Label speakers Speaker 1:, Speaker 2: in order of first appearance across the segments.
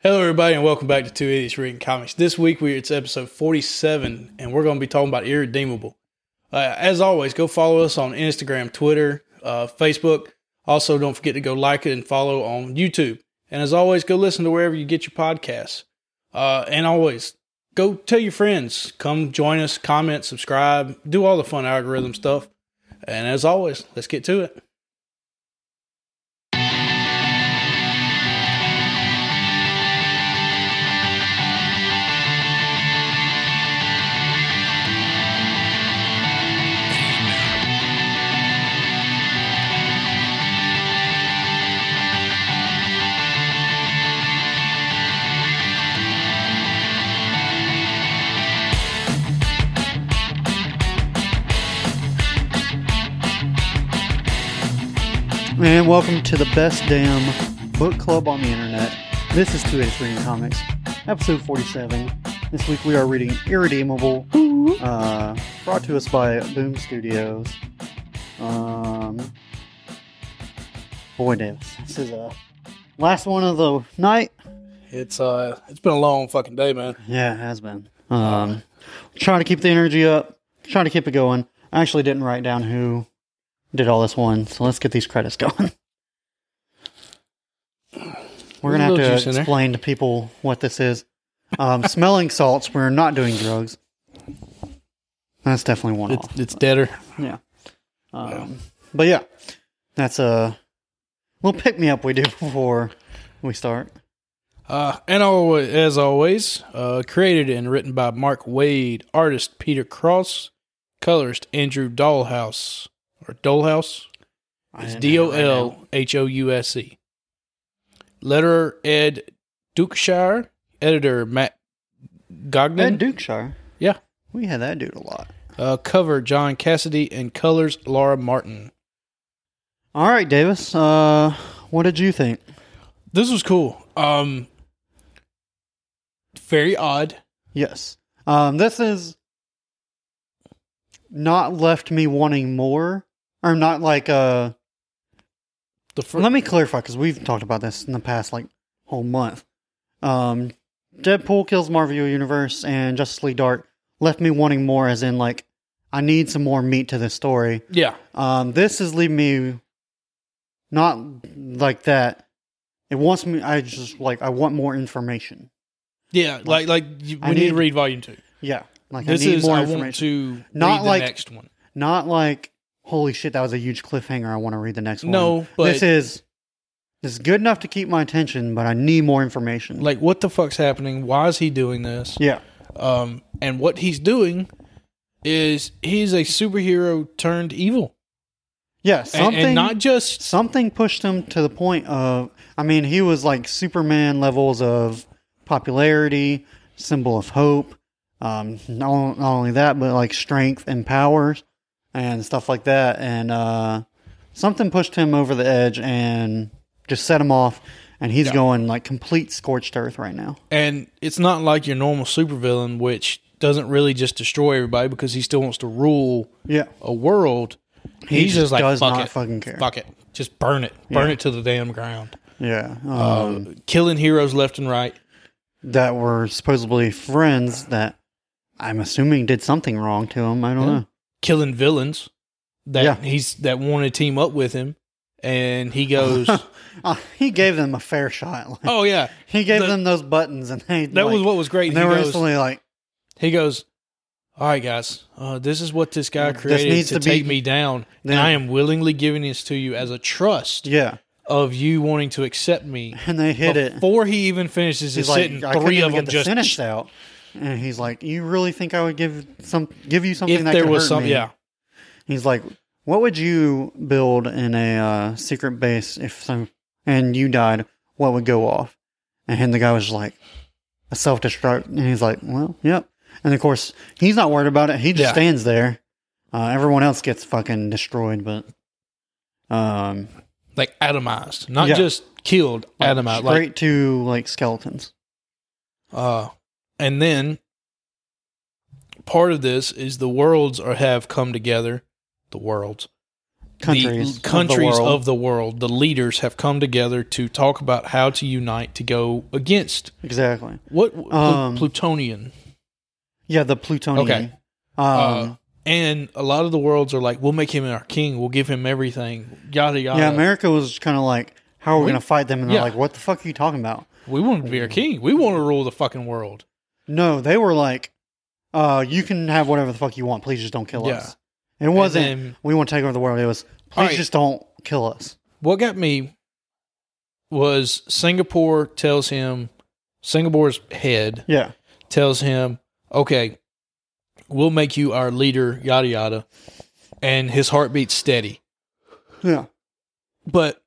Speaker 1: Hello, everybody, and welcome back to Two Idiots Reading Comics. This week, we it's episode forty-seven, and we're going to be talking about Irredeemable. Uh, as always, go follow us on Instagram, Twitter, uh, Facebook. Also, don't forget to go like it and follow on YouTube. And as always, go listen to wherever you get your podcasts. Uh, and always go tell your friends. Come join us, comment, subscribe, do all the fun algorithm stuff. And as always, let's get to it.
Speaker 2: And welcome to the best damn book club on the internet. This is 2 Idiots Reading Comics, episode 47. This week we are reading Irredeemable, uh, brought to us by Boom Studios. Um, boy, Davis, this is a last one of the night.
Speaker 1: It's uh, it's been a long fucking day, man.
Speaker 2: Yeah, it has been. Um, trying to keep the energy up, trying to keep it going. I actually didn't write down who did all this one, so let's get these credits going. We're
Speaker 1: There's
Speaker 2: gonna
Speaker 1: a
Speaker 2: have
Speaker 1: little
Speaker 2: to
Speaker 1: juice in there.
Speaker 2: explain to people what this is. Um, smelling salts. We're not doing drugs. That's definitely one off.
Speaker 1: It's, it's deader.
Speaker 2: Yeah. Um, but yeah, that's a little pick me up we do before we start.
Speaker 1: Uh, and always, as always, uh, created and written by Mark Wade, artist Peter Cross, colorist Andrew Dollhouse or Dollhouse.
Speaker 2: I
Speaker 1: It's
Speaker 2: didn't have it
Speaker 1: D O
Speaker 2: right now.
Speaker 1: L H O U S E. Letterer Ed Dukeshire, editor Matt
Speaker 2: Ed
Speaker 1: Gognan,
Speaker 2: Dukeshire.
Speaker 1: yeah.
Speaker 2: We had that dude a lot.
Speaker 1: Uh, cover John Cassidy, and colors Laura Martin.
Speaker 2: All right, Davis. Uh, what did you think?
Speaker 1: This was cool. Um, very odd.
Speaker 2: Yes. Um, this is not left me wanting more, or not like. Uh,
Speaker 1: The fir-
Speaker 2: let me clarify because we've talked about this in the past like whole month. Um, Deadpool kills Marvel Universe and Justice League Dark left me wanting more, as in like I need some more meat to this story.
Speaker 1: yeah,
Speaker 2: Um, this is leaving me not like that. It wants me. I just like I want more information.
Speaker 1: yeah. Like like you, we
Speaker 2: I
Speaker 1: need, to
Speaker 2: need-
Speaker 1: read volume two.
Speaker 2: Yeah, like
Speaker 1: this
Speaker 2: I need
Speaker 1: is
Speaker 2: more
Speaker 1: I want to
Speaker 2: information. Not
Speaker 1: read the
Speaker 2: like-
Speaker 1: next one.
Speaker 2: Not like holy shit, that was a huge cliffhanger. I want to read the next one.
Speaker 1: No, but-
Speaker 2: this is this is good enough to keep my attention, but I need more information.
Speaker 1: Like what the fuck's happening? Why is he doing this?
Speaker 2: yeah,
Speaker 1: Um, and what he's doing is he's a superhero turned evil,
Speaker 2: yeah,
Speaker 1: A- and,
Speaker 2: something
Speaker 1: not just
Speaker 2: something pushed him to the point of. I mean, he was like Superman levels of popularity, symbol of hope. Um, not, not only that, but like strength and powers and stuff like that. And uh, something pushed him over the edge and just set him off. And he's
Speaker 1: Yeah.
Speaker 2: going like complete scorched earth right now.
Speaker 1: and it's not like your normal supervillain, which doesn't really just destroy everybody because he still wants to rule
Speaker 2: Yeah.
Speaker 1: a world.
Speaker 2: He
Speaker 1: he's just
Speaker 2: just
Speaker 1: like
Speaker 2: does
Speaker 1: fuck
Speaker 2: not
Speaker 1: it,
Speaker 2: fucking care."
Speaker 1: Fuck it, just burn it, burn it to the damn ground.
Speaker 2: Yeah. Um,
Speaker 1: Uh, killing heroes left and right.
Speaker 2: that were supposedly friends that I'm assuming did something wrong to him. I don't know.
Speaker 1: killing villains that
Speaker 2: Yeah.
Speaker 1: he's that want to team up with him, and he goes,
Speaker 2: Uh, he gave them a fair shot. Like,
Speaker 1: "Oh yeah,
Speaker 2: he gave
Speaker 1: the-
Speaker 2: them those buttons, and they
Speaker 1: that
Speaker 2: like,
Speaker 1: was what was great."
Speaker 2: and
Speaker 1: He
Speaker 2: they were
Speaker 1: goes,
Speaker 2: instantly like,
Speaker 1: he goes, "All right, guys, uh, this is what this guy
Speaker 2: This
Speaker 1: created
Speaker 2: needs
Speaker 1: to,
Speaker 2: to be-
Speaker 1: take me down, and
Speaker 2: Yeah.
Speaker 1: I am willingly giving this to you as a trust
Speaker 2: yeah,
Speaker 1: of you wanting to accept me."
Speaker 2: and they hit it.
Speaker 1: Before he even finishes his
Speaker 2: He's like,
Speaker 1: sentence,
Speaker 2: I couldn't
Speaker 1: three
Speaker 2: even
Speaker 1: of
Speaker 2: get
Speaker 1: them
Speaker 2: the
Speaker 1: just
Speaker 2: finish out. And he's like, "You really think I would give some give you something
Speaker 1: if
Speaker 2: that
Speaker 1: there
Speaker 2: could
Speaker 1: was
Speaker 2: hurt
Speaker 1: some,
Speaker 2: me?"
Speaker 1: yeah,
Speaker 2: He's like, "What would you build in a uh, secret base if some and you died? What would go off?" And the guy was like, "A self destruct." And he's like, "Well, yep." And of course, he's not worried about it. He just
Speaker 1: Yeah.
Speaker 2: stands there. Uh, everyone else gets fucking destroyed, but um,
Speaker 1: like atomized, not
Speaker 2: Yeah.
Speaker 1: just killed, atomized,
Speaker 2: straight
Speaker 1: like
Speaker 2: to like skeletons.
Speaker 1: Uh, and then part of this is the worlds are have come together. The worlds
Speaker 2: countries,
Speaker 1: the countries
Speaker 2: of the
Speaker 1: world,
Speaker 2: world.
Speaker 1: the leaders have come together to talk about how to unite to go against
Speaker 2: exactly.
Speaker 1: what plu-
Speaker 2: Um,
Speaker 1: plutonian.
Speaker 2: Yeah, the plutonium.
Speaker 1: Okay.
Speaker 2: Um,
Speaker 1: uh, and a lot of the worlds are like, we'll make him our king, we'll give him everything, yada yada.
Speaker 2: yeah, America was kind of like, how are we,
Speaker 1: We-
Speaker 2: going to fight them? And
Speaker 1: yeah.
Speaker 2: they're like, what the fuck are you talking about?
Speaker 1: we want him to be our king. We want to rule the fucking world.
Speaker 2: No, they were like, uh, you can have whatever the fuck you want. Please just don't kill
Speaker 1: Yeah.
Speaker 2: us. And it wasn't,
Speaker 1: then-
Speaker 2: we want to take over the world. It was, please
Speaker 1: Alright.
Speaker 2: just don't kill us.
Speaker 1: What got me was Singapore tells him, Singapore's head
Speaker 2: Yeah.
Speaker 1: tells him, okay, we'll make you our leader, yada yada. And his heartbeat's steady.
Speaker 2: Yeah.
Speaker 1: but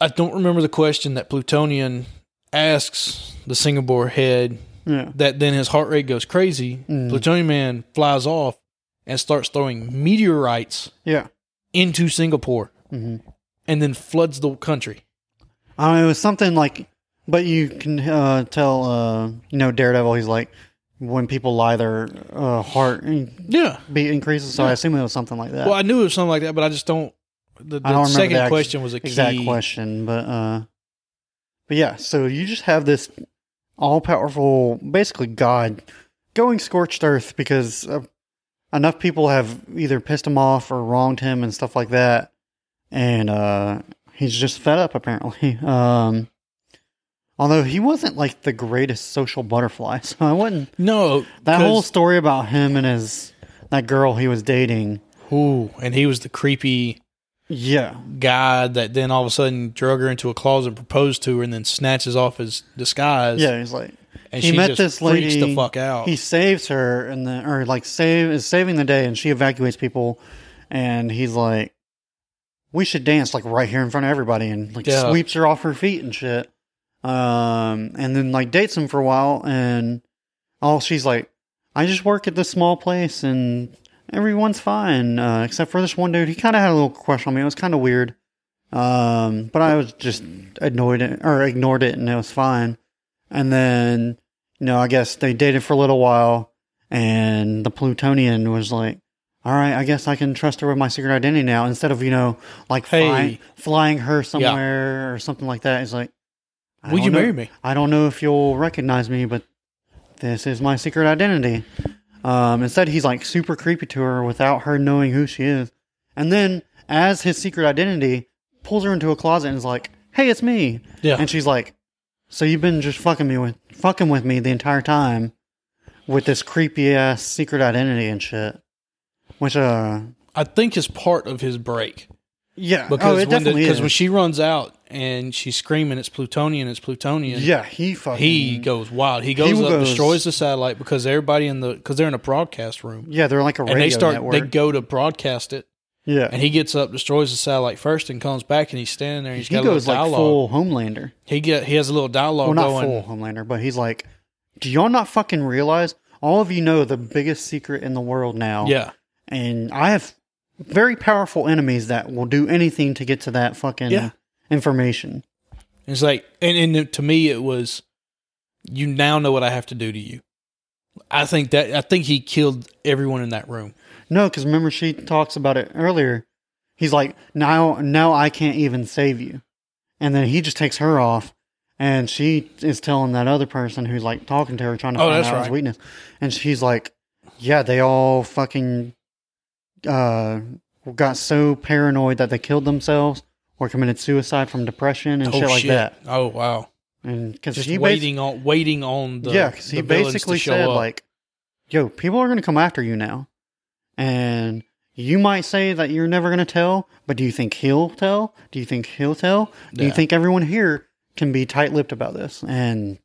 Speaker 1: I don't remember the question that Plutonian asks the Singapore head
Speaker 2: Yeah.
Speaker 1: that then his heart rate goes crazy.
Speaker 2: Mm.
Speaker 1: Plutonian man flies off and starts throwing meteorites
Speaker 2: Yeah.
Speaker 1: into Singapore
Speaker 2: hmm
Speaker 1: and then floods the country.
Speaker 2: I mean, it was something like, but you can uh, tell, uh, you know, Daredevil, he's like, when people lie, their uh, heart in-
Speaker 1: Yeah.
Speaker 2: beat increases. So I assume it was something like that.
Speaker 1: Well, I knew it was something like that, but I just don't. The, the
Speaker 2: I don't remember
Speaker 1: second
Speaker 2: the ex-
Speaker 1: question was a key.
Speaker 2: exact question, but uh, but yeah. So you just have this all-powerful, basically God, going scorched earth because uh, enough people have either pissed him off or wronged him and stuff like that, and uh, he's just fed up apparently. Um, although he wasn't like the greatest social butterfly, so I wouldn't.
Speaker 1: No,
Speaker 2: That whole
Speaker 1: 'cause-
Speaker 2: story about him and his that girl he was dating,
Speaker 1: Ooh, and he was the creepy
Speaker 2: yeah,
Speaker 1: guy that then all of a sudden drug her into a closet, proposed to her, and then snatches off his disguise.
Speaker 2: yeah, he's like.
Speaker 1: and
Speaker 2: he
Speaker 1: she
Speaker 2: met
Speaker 1: just
Speaker 2: this
Speaker 1: freaks
Speaker 2: lady.
Speaker 1: the fuck out.
Speaker 2: He saves her and the or like save is saving the day, and she evacuates people, and he's like, "We should dance like right here in front of everybody," and like
Speaker 1: Yeah.
Speaker 2: sweeps her off her feet and shit. Um, and then like dates him for a while, and all she's like, "I just work at this small place, and everyone's fine uh, except for this one dude. He kind of had a little crush on me. It was kind of weird." Um, but I was just annoyed it, or ignored it, and it was fine. And then, you know, I guess they dated for a little while, and the Plutonian was like, "All right, I guess I can trust her with my secret identity now." Instead of you know, like
Speaker 1: Hey.
Speaker 2: fly- flying her somewhere or something like that. It's like, I
Speaker 1: Will
Speaker 2: don't
Speaker 1: you
Speaker 2: know-
Speaker 1: marry me?
Speaker 2: I don't know if you'll recognize me, but this is my secret identity. Um, instead, he's like super creepy to her without her knowing who she is. And then, as his secret identity, pulls her into a closet and is like, "Hey, it's me."
Speaker 1: Yeah.
Speaker 2: And she's like, "So you've been just fucking me with fucking with me the entire time with this creepy ass secret identity and shit." Which uh,
Speaker 1: I think is part of his break
Speaker 2: yeah,
Speaker 1: because
Speaker 2: oh,
Speaker 1: when
Speaker 2: it
Speaker 1: the-
Speaker 2: definitely
Speaker 1: 'cause
Speaker 2: is.
Speaker 1: when she runs out and she's screaming, it's plutonian, it's plutonian.
Speaker 2: yeah, he fucking
Speaker 1: he goes wild. He goes up,
Speaker 2: goes-
Speaker 1: destroys the satellite because everybody in the because they're in a broadcast room
Speaker 2: yeah, they're like a radio
Speaker 1: and they start
Speaker 2: network.
Speaker 1: they go to broadcast it
Speaker 2: yeah,
Speaker 1: and he gets up, destroys the satellite first, and comes back and he's standing there. And he's
Speaker 2: he
Speaker 1: got
Speaker 2: goes
Speaker 1: a little
Speaker 2: like
Speaker 1: dialogue.
Speaker 2: full Homelander.
Speaker 1: he get he has a little dialogue
Speaker 2: Well, not
Speaker 1: going.
Speaker 2: full Homelander, but he's like, do y'all not fucking realize all of you know the biggest secret in the world now?
Speaker 1: Yeah,
Speaker 2: And I have very powerful enemies that will do anything to get to that fucking
Speaker 1: Yeah.
Speaker 2: information.
Speaker 1: It's like, and, and to me, it was, you now know what I have to do to you. I think that, I think he killed everyone in that room.
Speaker 2: No, because remember she talks about it earlier. He's like, now, now I can't even save you. And then he just takes her off, and she is telling that other person who's like talking to her, trying to
Speaker 1: Oh,
Speaker 2: find
Speaker 1: that's
Speaker 2: out his
Speaker 1: right.
Speaker 2: weakness. And she's like, yeah, they all fucking uh, got so paranoid that they killed themselves or committed suicide from depression and
Speaker 1: oh,
Speaker 2: shit like that.
Speaker 1: Oh, wow.
Speaker 2: And because
Speaker 1: Just
Speaker 2: she basically
Speaker 1: waiting on, waiting on the,
Speaker 2: yeah, because he
Speaker 1: the villains to
Speaker 2: basically
Speaker 1: show
Speaker 2: said
Speaker 1: up.
Speaker 2: like, "Yo, people are gonna come after you now, and you might say that you're never gonna tell, but do you think he'll tell? Do you think he'll tell? Do you
Speaker 1: Yeah.
Speaker 2: think everyone here can be tight-lipped about this?" And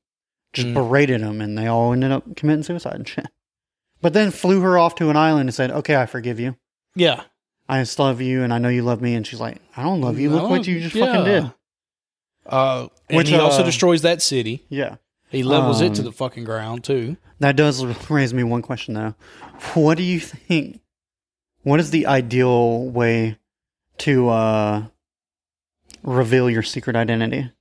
Speaker 2: just
Speaker 1: Mm.
Speaker 2: berated him, and they all ended up committing suicide and shit. But then flew her off to an island and said, "Okay, I forgive you.
Speaker 1: yeah,
Speaker 2: I still love you, and I know you love me." And she's like, "I don't love you. Look
Speaker 1: No,
Speaker 2: what you just
Speaker 1: yeah.
Speaker 2: fucking did."
Speaker 1: uh, and
Speaker 2: Which,
Speaker 1: he also
Speaker 2: uh,
Speaker 1: destroys that city.
Speaker 2: Yeah.
Speaker 1: He levels it to
Speaker 2: um,
Speaker 1: the fucking ground too.
Speaker 2: That does raise me one question though. What do you think? What is the ideal way to uh, reveal your secret identity?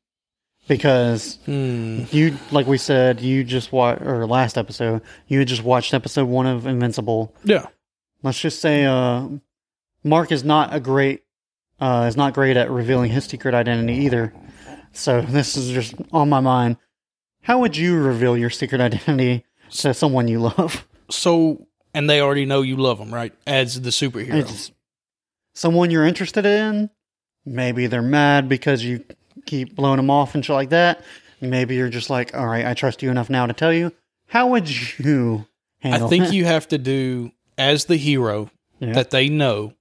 Speaker 2: Because
Speaker 1: Hmm.
Speaker 2: you, like we said, you just watched, or last episode, you had just watched episode one of Invincible.
Speaker 1: Yeah.
Speaker 2: Let's just say uh, Mark is not a great uh, is not great at revealing his secret identity either. So this is just on my mind. How would you reveal your secret identity to someone you love?
Speaker 1: So, and they already know you love them, right? As the superhero.
Speaker 2: It's someone you're interested in. Maybe they're mad because you keep blowing them off and shit like that. Maybe you're just like, all right, I trust you enough now to tell you. How would you handle
Speaker 1: I think
Speaker 2: that?
Speaker 1: you have to do as the hero
Speaker 2: Yeah.
Speaker 1: that they know.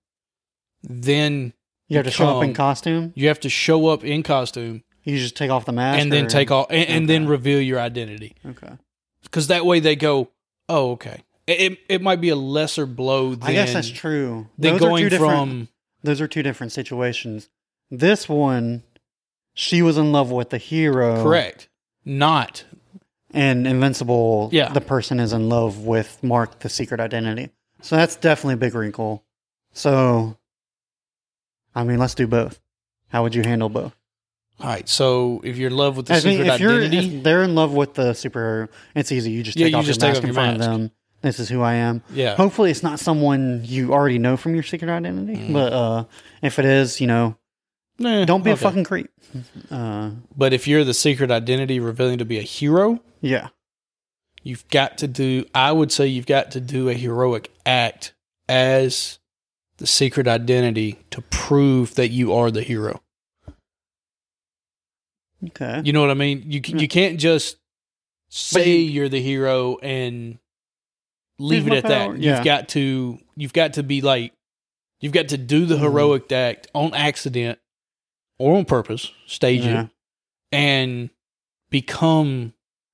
Speaker 1: Then
Speaker 2: You have to show up in
Speaker 1: become-
Speaker 2: costume.
Speaker 1: you have to show up in costume
Speaker 2: You just take off the mask
Speaker 1: and then
Speaker 2: or-
Speaker 1: take off and, and then
Speaker 2: Okay.
Speaker 1: reveal your identity
Speaker 2: Okay.
Speaker 1: because that way they go, oh okay. It, it it might be a lesser blow than
Speaker 2: I guess that's true.
Speaker 1: than
Speaker 2: Those are
Speaker 1: going
Speaker 2: two different.
Speaker 1: from
Speaker 2: those are two different situations. This one, she was in love with the hero,
Speaker 1: correct, not
Speaker 2: And Invincible,
Speaker 1: Yeah.
Speaker 2: the person is in love with Mark, the secret identity. So that's definitely a big wrinkle. So, I mean, let's do both. How would you handle both?
Speaker 1: all right. So if you're in love with the
Speaker 2: I
Speaker 1: secret
Speaker 2: mean, if you're
Speaker 1: identity,
Speaker 2: if they're in love with the superhero, it's easy. You just
Speaker 1: Yeah,
Speaker 2: take
Speaker 1: you
Speaker 2: off
Speaker 1: just take
Speaker 2: your mask
Speaker 1: off
Speaker 2: in
Speaker 1: your
Speaker 2: front
Speaker 1: mask.
Speaker 2: of them. This is who I am.
Speaker 1: yeah,
Speaker 2: Hopefully, it's not someone you already know from your secret identity.
Speaker 1: Mm-hmm.
Speaker 2: But uh, if it is, you know,
Speaker 1: Nah,
Speaker 2: don't be a
Speaker 1: okay.
Speaker 2: fucking creep. Uh,
Speaker 1: But if you're the secret identity revealing to be a hero,
Speaker 2: yeah,
Speaker 1: you've got to do i would say you've got to do a heroic act as the secret identity to prove that you are the hero
Speaker 2: okay.
Speaker 1: you know what i mean you c- you can't just say
Speaker 2: Hmm. you-
Speaker 1: you, are the hero and leave it
Speaker 2: Here's
Speaker 1: at
Speaker 2: my power.
Speaker 1: that
Speaker 2: Yeah.
Speaker 1: you've got to you've got to be like you've got to do the
Speaker 2: Mhm.
Speaker 1: heroic act on accident or on purpose stage
Speaker 2: Yeah.
Speaker 1: it and become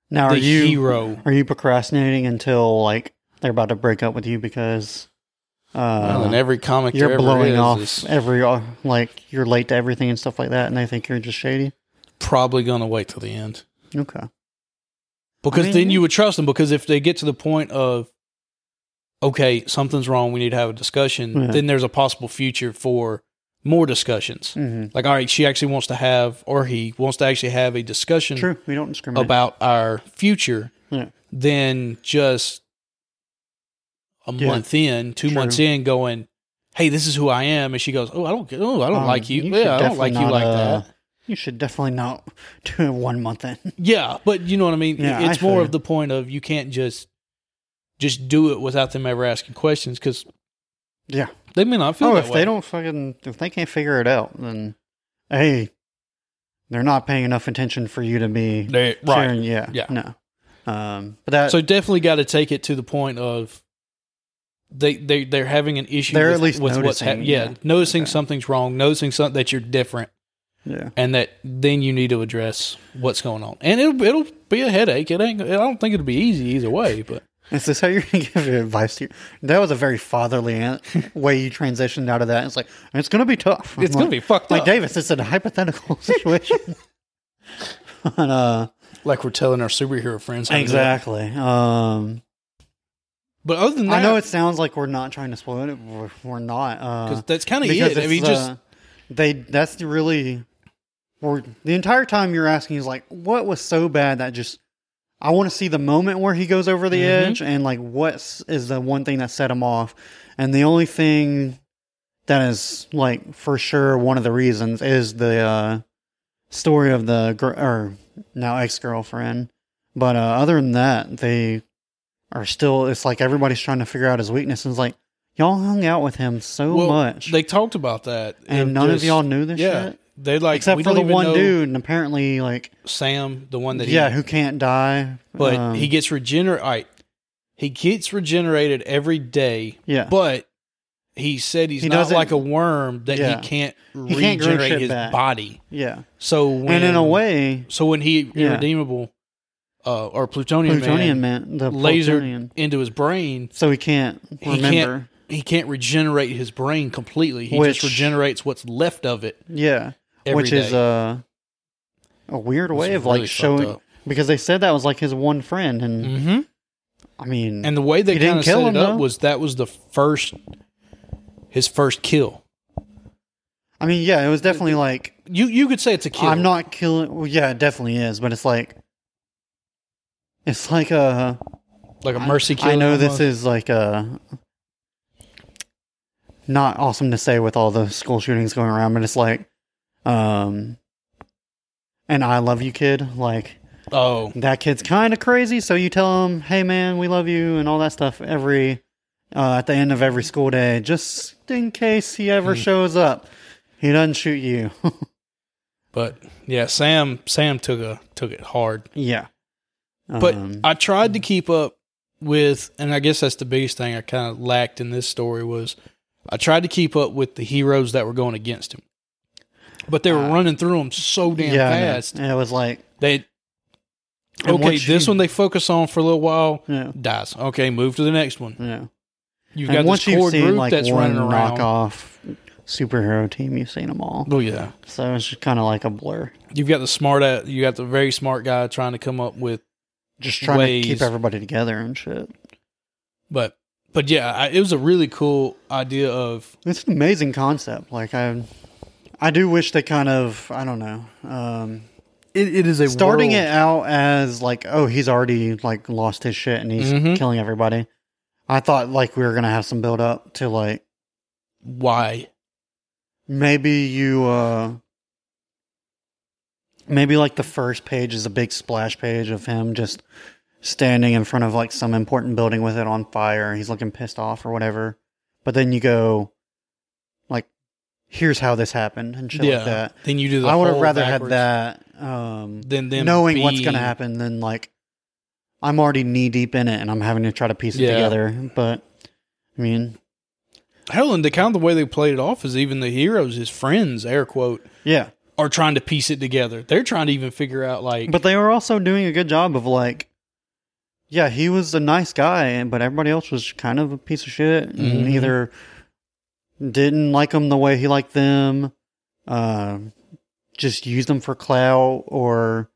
Speaker 2: Now, are
Speaker 1: the
Speaker 2: you
Speaker 1: hero
Speaker 2: are you procrastinating until like they're about to break up with you because uh,
Speaker 1: well, in every comic there
Speaker 2: you're
Speaker 1: ever
Speaker 2: blowing
Speaker 1: is
Speaker 2: off
Speaker 1: is-
Speaker 2: every uh, like you're late to everything and stuff like that, and they think you're just shady?
Speaker 1: probably going to wait till the end
Speaker 2: Okay,
Speaker 1: because
Speaker 2: mean,
Speaker 1: then
Speaker 2: yeah.
Speaker 1: you would trust them because if they get to the point of okay something's wrong we need to have a discussion
Speaker 2: Yeah.
Speaker 1: then there's a possible future for more discussions
Speaker 2: hmm
Speaker 1: like all right she actually wants to have or he wants to actually have a discussion
Speaker 2: true. We don't discriminate.
Speaker 1: about our future
Speaker 2: Yeah.
Speaker 1: than just a
Speaker 2: Yeah.
Speaker 1: month in two
Speaker 2: True.
Speaker 1: months in going hey this is who i am and she goes oh i don't oh i don't
Speaker 2: Um,
Speaker 1: like you,
Speaker 2: should
Speaker 1: yeah i don't
Speaker 2: definitely
Speaker 1: like you
Speaker 2: not,
Speaker 1: like
Speaker 2: uh,
Speaker 1: that
Speaker 2: You should definitely not do it one month in.
Speaker 1: Yeah, but you know what I mean.
Speaker 2: Yeah, I
Speaker 1: it's
Speaker 2: feel
Speaker 1: more
Speaker 2: you.
Speaker 1: of the point of you can't just just do it without them ever asking questions because
Speaker 2: Yeah.
Speaker 1: they may not feel
Speaker 2: Oh,
Speaker 1: that
Speaker 2: if
Speaker 1: way.
Speaker 2: they don't fucking if they can't figure it out, then hey, they're not paying enough attention for you to be
Speaker 1: They- right.
Speaker 2: sharing. Yeah,
Speaker 1: Yeah.
Speaker 2: no. Um, but that
Speaker 1: So definitely got to take it to the point of they they they're having an issue.
Speaker 2: They're
Speaker 1: with,
Speaker 2: at least
Speaker 1: with what's hap-
Speaker 2: noticing,
Speaker 1: yeah,
Speaker 2: yeah.
Speaker 1: noticing
Speaker 2: Okay.
Speaker 1: something's wrong, noticing something that you're different,
Speaker 2: yeah,
Speaker 1: and that then you need to address what's going on. And it'll it'll be a headache. It ain't. I don't think it'll be easy either way. But
Speaker 2: is this how you're gonna give advice to? Your, that was a very fatherly an- way you transitioned out of that. It's like it's gonna be tough.
Speaker 1: it's gonna be fucked
Speaker 2: like
Speaker 1: up.
Speaker 2: Davis. It's a hypothetical situation. but, uh,
Speaker 1: like we're telling our superhero friends. how to do it.
Speaker 2: exactly. Um,
Speaker 1: But other than that,
Speaker 2: I know it sounds like we're not trying to spoil it. We're, we're not. Uh,
Speaker 1: because that's kind of it. I
Speaker 2: it's,
Speaker 1: mean, just
Speaker 2: uh, they. That's the really. Or the entire time you're asking is like, what was so bad that just? I want to see the moment where he goes over the
Speaker 1: Mhm.
Speaker 2: edge, and like, what s- is the one thing that set him off? And the only thing that is like for sure one of the reasons is the uh, story of the gr- or now ex girlfriend. But uh, other than that, they are still. It's like everybody's trying to figure out his weaknesses. Like y'all hung out with him so
Speaker 1: Well,
Speaker 2: much,
Speaker 1: They talked about that,
Speaker 2: and none
Speaker 1: just-
Speaker 2: of y'all knew this
Speaker 1: Yeah,
Speaker 2: shit,
Speaker 1: they like
Speaker 2: except
Speaker 1: we
Speaker 2: for
Speaker 1: don't
Speaker 2: the
Speaker 1: even
Speaker 2: one
Speaker 1: know
Speaker 2: dude. And apparently, like
Speaker 1: Sam, the one that
Speaker 2: yeah,
Speaker 1: he,
Speaker 2: who can't die,
Speaker 1: but
Speaker 2: Um,
Speaker 1: he gets regenerate. he gets regenerated every day,
Speaker 2: yeah.
Speaker 1: but he said he's
Speaker 2: He
Speaker 1: not
Speaker 2: doesn't-
Speaker 1: like a worm that
Speaker 2: Yeah.
Speaker 1: he can't
Speaker 2: can't grow
Speaker 1: regenerate
Speaker 2: shit
Speaker 1: his
Speaker 2: back.
Speaker 1: body.
Speaker 2: yeah,
Speaker 1: So when,
Speaker 2: and in a way,
Speaker 1: so when he
Speaker 2: Yeah.
Speaker 1: irredeemable uh, or plutonium,
Speaker 2: Plutonian
Speaker 1: man,
Speaker 2: man, the
Speaker 1: lasered
Speaker 2: Plutonian,
Speaker 1: into his brain,
Speaker 2: so he can't
Speaker 1: He can't-
Speaker 2: remember.
Speaker 1: he can't regenerate his brain completely. He
Speaker 2: Which-
Speaker 1: just regenerates what's left of it.
Speaker 2: yeah,
Speaker 1: every
Speaker 2: which
Speaker 1: day.
Speaker 2: is uh, a weird way of
Speaker 1: really
Speaker 2: like
Speaker 1: fucked
Speaker 2: showing
Speaker 1: up.
Speaker 2: because they said that was like his one friend, and
Speaker 1: Mm-hmm.
Speaker 2: I mean,
Speaker 1: And the way they
Speaker 2: He didn't
Speaker 1: kind of
Speaker 2: kill
Speaker 1: set
Speaker 2: him,
Speaker 1: it up
Speaker 2: though.
Speaker 1: was that was the first, his first kill.
Speaker 2: I mean, yeah, it was definitely like
Speaker 1: You you could say it's a kill.
Speaker 2: I'm not killing. Well, yeah, it definitely is, but it's like it's like uh, a
Speaker 1: like a mercy kill.
Speaker 2: I know
Speaker 1: almost.
Speaker 2: this is like a uh, not awesome to say with all the school shootings going around, but it's like, um, and I love you, kid. Like
Speaker 1: Oh,
Speaker 2: that kid's kind of crazy, so you tell him, "Hey, man, we love you," and all that stuff every uh, at the end of every school day, just in case he ever
Speaker 1: Hmm.
Speaker 2: shows up. He doesn't shoot you.
Speaker 1: but yeah, Sam Sam took a took it hard.
Speaker 2: yeah,
Speaker 1: But
Speaker 2: Um,
Speaker 1: I tried to keep up with, and I guess that's the biggest thing I kind of lacked in this story was I tried to keep up with the heroes that were going against him, but they were running through them so damn
Speaker 2: Uh, I know.
Speaker 1: fast.
Speaker 2: And it was like,
Speaker 1: They
Speaker 2: And
Speaker 1: okay,
Speaker 2: once
Speaker 1: this
Speaker 2: you-
Speaker 1: one they focus on for a little while,
Speaker 2: yeah,
Speaker 1: dies. Okay, move to the next one.
Speaker 2: yeah.
Speaker 1: You've
Speaker 2: and
Speaker 1: got
Speaker 2: once
Speaker 1: this
Speaker 2: you've
Speaker 1: core
Speaker 2: seen
Speaker 1: group
Speaker 2: like
Speaker 1: that's
Speaker 2: one
Speaker 1: running around.
Speaker 2: knockoff superhero team, you've seen them all.
Speaker 1: Oh yeah,
Speaker 2: So it's just kind of like a blur.
Speaker 1: you've got the smart, at, you got the very smart guy trying to come up with
Speaker 2: Just trying to keep
Speaker 1: Ways.
Speaker 2: everybody together and shit.
Speaker 1: But but yeah, I, it was a really cool idea of
Speaker 2: It's an amazing concept. Like I, I do wish they kind of I don't know. Um,
Speaker 1: it, it is a
Speaker 2: starting
Speaker 1: world-
Speaker 2: it out as like oh he's already like lost his shit and he's
Speaker 1: Mhm.
Speaker 2: killing everybody. I thought like we were gonna have some build up to like
Speaker 1: Why?
Speaker 2: maybe you uh maybe like the first page is a big splash page of him just standing in front of like some important building with it on fire he's looking pissed off or whatever but then you go like here's how this happened and shit like that
Speaker 1: Then you do. The
Speaker 2: i would have
Speaker 1: whole
Speaker 2: rather
Speaker 1: backwards
Speaker 2: had that um
Speaker 1: Than them
Speaker 2: knowing what's
Speaker 1: being-
Speaker 2: going to happen than like i'm already knee deep in it and i'm having to try to piece it
Speaker 1: Yeah.
Speaker 2: together but i mean
Speaker 1: Hell, and the kind of the way they played it off is even the heroes, his friends, air quote,
Speaker 2: yeah
Speaker 1: are trying to piece it together. They're trying to even figure out like.
Speaker 2: But they were also doing a good job of like, yeah, he was a nice guy, and- but everybody else was kind of a piece of shit, and
Speaker 1: Mhm.
Speaker 2: either didn't like him the way he liked them, uh, just used them for clout, or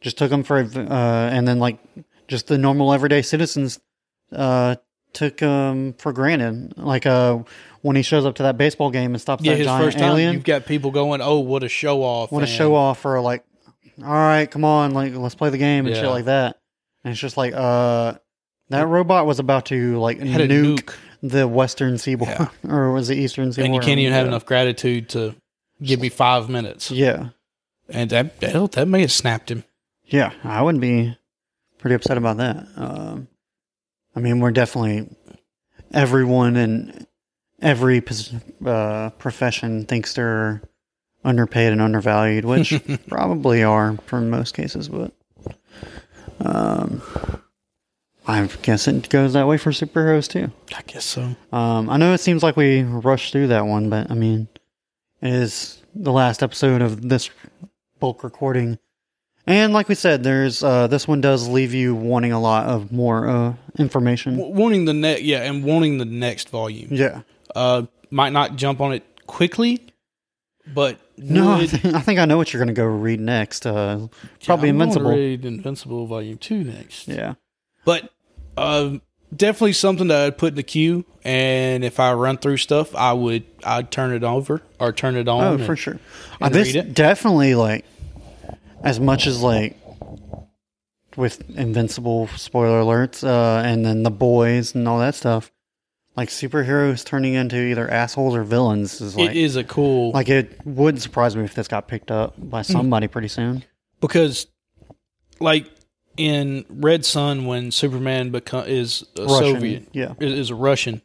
Speaker 2: just took them for, adv- uh, and then like just the normal everyday citizens, uh, took him for granted. Like, uh, when he shows up to that baseball game and stops
Speaker 1: yeah,
Speaker 2: that
Speaker 1: his
Speaker 2: giant
Speaker 1: first time,
Speaker 2: alien,
Speaker 1: you've got people going, "Oh, what a show off!
Speaker 2: want to
Speaker 1: and-
Speaker 2: show off or like, all right, come on, like let's play the game and shit
Speaker 1: Yeah.
Speaker 2: like that. And it's just like, uh, that robot was about to like
Speaker 1: Had a
Speaker 2: nuke,
Speaker 1: nuke,
Speaker 2: the western seaboard
Speaker 1: Yeah.
Speaker 2: or was it eastern seaboard?
Speaker 1: and you can't even have
Speaker 2: Yeah.
Speaker 1: enough gratitude to give me five minutes."
Speaker 2: Yeah,
Speaker 1: And that hell, that may have snapped him.
Speaker 2: yeah, I wouldn't be pretty upset about that. Um, I mean, we're definitely everyone in every pos- uh, profession thinks they're underpaid and undervalued, which probably are for most cases, but um, I guess it goes that way for superheroes too.
Speaker 1: I guess so.
Speaker 2: Um, I know it seems like we rushed through that one, but I mean, it is the last episode of this bulk recording. And like we said, there's uh, this one does leave you wanting a lot of more uh, information.
Speaker 1: W- wanting the next, yeah, and wanting the next volume.
Speaker 2: Yeah.
Speaker 1: uh, might not jump on it quickly, but
Speaker 2: No, I
Speaker 1: would-
Speaker 2: think, I think I know what you're going to go read next. Uh, probably
Speaker 1: I wanna
Speaker 2: Invincible.
Speaker 1: read Invincible Volume Two next,
Speaker 2: Yeah.
Speaker 1: but um, definitely something that I'd put in the queue. And if I run through stuff, I would I'd turn it over or turn it on.
Speaker 2: Oh,
Speaker 1: and-
Speaker 2: for sure. Uh,
Speaker 1: and
Speaker 2: this
Speaker 1: read it.
Speaker 2: definitely like as much as like with Invincible spoiler alerts, uh, and then the boys and all that stuff. Like superheroes turning into either assholes or villains is like
Speaker 1: it is a cool
Speaker 2: like it would surprise me if this got picked up by
Speaker 1: Hmm.
Speaker 2: somebody pretty soon.
Speaker 1: because like in Red Sun when Superman become is a
Speaker 2: Russian,
Speaker 1: Soviet
Speaker 2: yeah.
Speaker 1: is, is a Russian,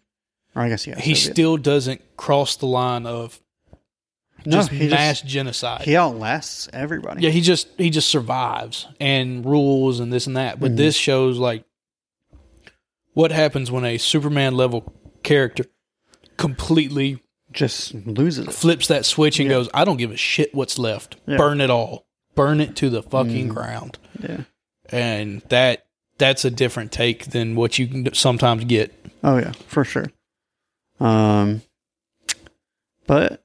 Speaker 2: Or I guess yeah.
Speaker 1: he
Speaker 2: Soviet.
Speaker 1: still doesn't cross the line of
Speaker 2: No,
Speaker 1: just
Speaker 2: he just-
Speaker 1: mass genocide.
Speaker 2: he outlasts everybody.
Speaker 1: Yeah, he just he just survives and rules and this and that.
Speaker 2: Mm-hmm.
Speaker 1: But this shows like what happens when a Superman level character completely
Speaker 2: just loses it.
Speaker 1: flips that switch and goes, "I don't give a shit what's left.
Speaker 2: Yeah. Mm-hmm.
Speaker 1: Burn it all. Burn it to the fucking ground."
Speaker 2: Yeah.
Speaker 1: And that that's a different take than what you can sometimes get.
Speaker 2: Oh yeah, for sure. Um, but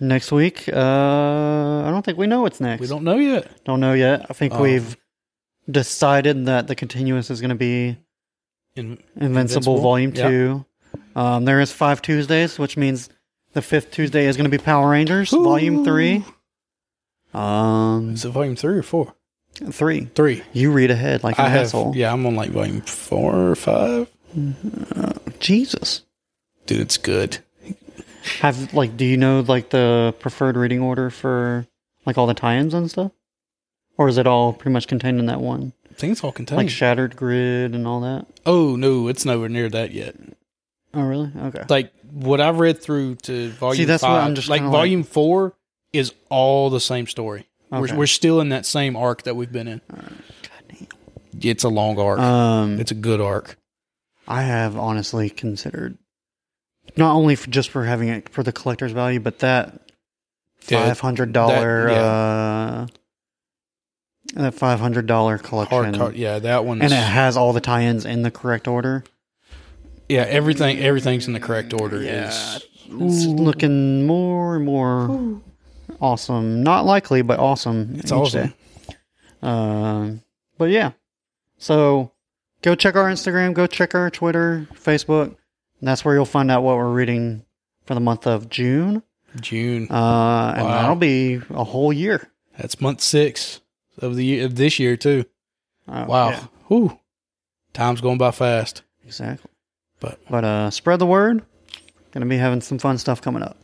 Speaker 2: next week, uh, I don't think we know what's next.
Speaker 1: We don't know yet.
Speaker 2: Don't know yet. I think
Speaker 1: Um,
Speaker 2: we've decided that the continuous is going to be
Speaker 1: And
Speaker 2: Invincible,
Speaker 1: Invincible,
Speaker 2: Volume
Speaker 1: yeah.
Speaker 2: Two. Um, there is five Tuesdays, which means the fifth Tuesday is going to be Power Rangers Volume
Speaker 1: Ooh.
Speaker 2: Three. Um,
Speaker 1: is it volume three or four?
Speaker 2: three.
Speaker 1: Three.
Speaker 2: You read ahead like an
Speaker 1: I have.
Speaker 2: asshole.
Speaker 1: Yeah, I'm on like volume four or five.
Speaker 2: Jesus.
Speaker 1: Dude, it's good.
Speaker 2: Have like, do you know like the preferred reading order for like all the tie-ins and stuff, or is it all pretty much contained in that one,
Speaker 1: I think it's all contained.
Speaker 2: like Shattered Grid and all that?
Speaker 1: oh no, it's nowhere near that yet.
Speaker 2: Oh, really? Okay.
Speaker 1: Like what I've read through to volume
Speaker 2: that's what
Speaker 1: five,
Speaker 2: I'm just
Speaker 1: like
Speaker 2: kinda
Speaker 1: volume four is all the same story.
Speaker 2: Okay.
Speaker 1: We're we're still in that same arc that we've been in. It's a long arc.
Speaker 2: Um,
Speaker 1: it's a good arc.
Speaker 2: I have honestly considered not only for just for having it for the collector's value, but that
Speaker 1: Yeah,
Speaker 2: five hundred dollar
Speaker 1: that-
Speaker 2: uh, that five hundred dollar
Speaker 1: Hard
Speaker 2: collection,
Speaker 1: card, yeah, that one's
Speaker 2: and it has all the tie-ins in the correct order.
Speaker 1: yeah. Everything, everything's in the correct order. Is
Speaker 2: It's looking more and more awesome. Not likely, but awesome.
Speaker 1: It's
Speaker 2: each
Speaker 1: awesome.
Speaker 2: day. Um, but yeah, so go check our Instagram, go check our Twitter, Facebook. And that's where you'll find out what we're reading for the month of June.
Speaker 1: June.
Speaker 2: Uh, And
Speaker 1: Wow.
Speaker 2: that'll be a whole year.
Speaker 1: That's month six of the year, of this year too.
Speaker 2: Uh,
Speaker 1: Wow,
Speaker 2: yeah,
Speaker 1: Whew. time's going by fast.
Speaker 2: exactly.
Speaker 1: But-
Speaker 2: but uh, spread the word. Gonna be having some fun stuff coming up.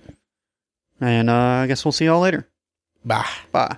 Speaker 2: And uh, I guess we'll see y'all later.
Speaker 1: Bye.
Speaker 2: Bye.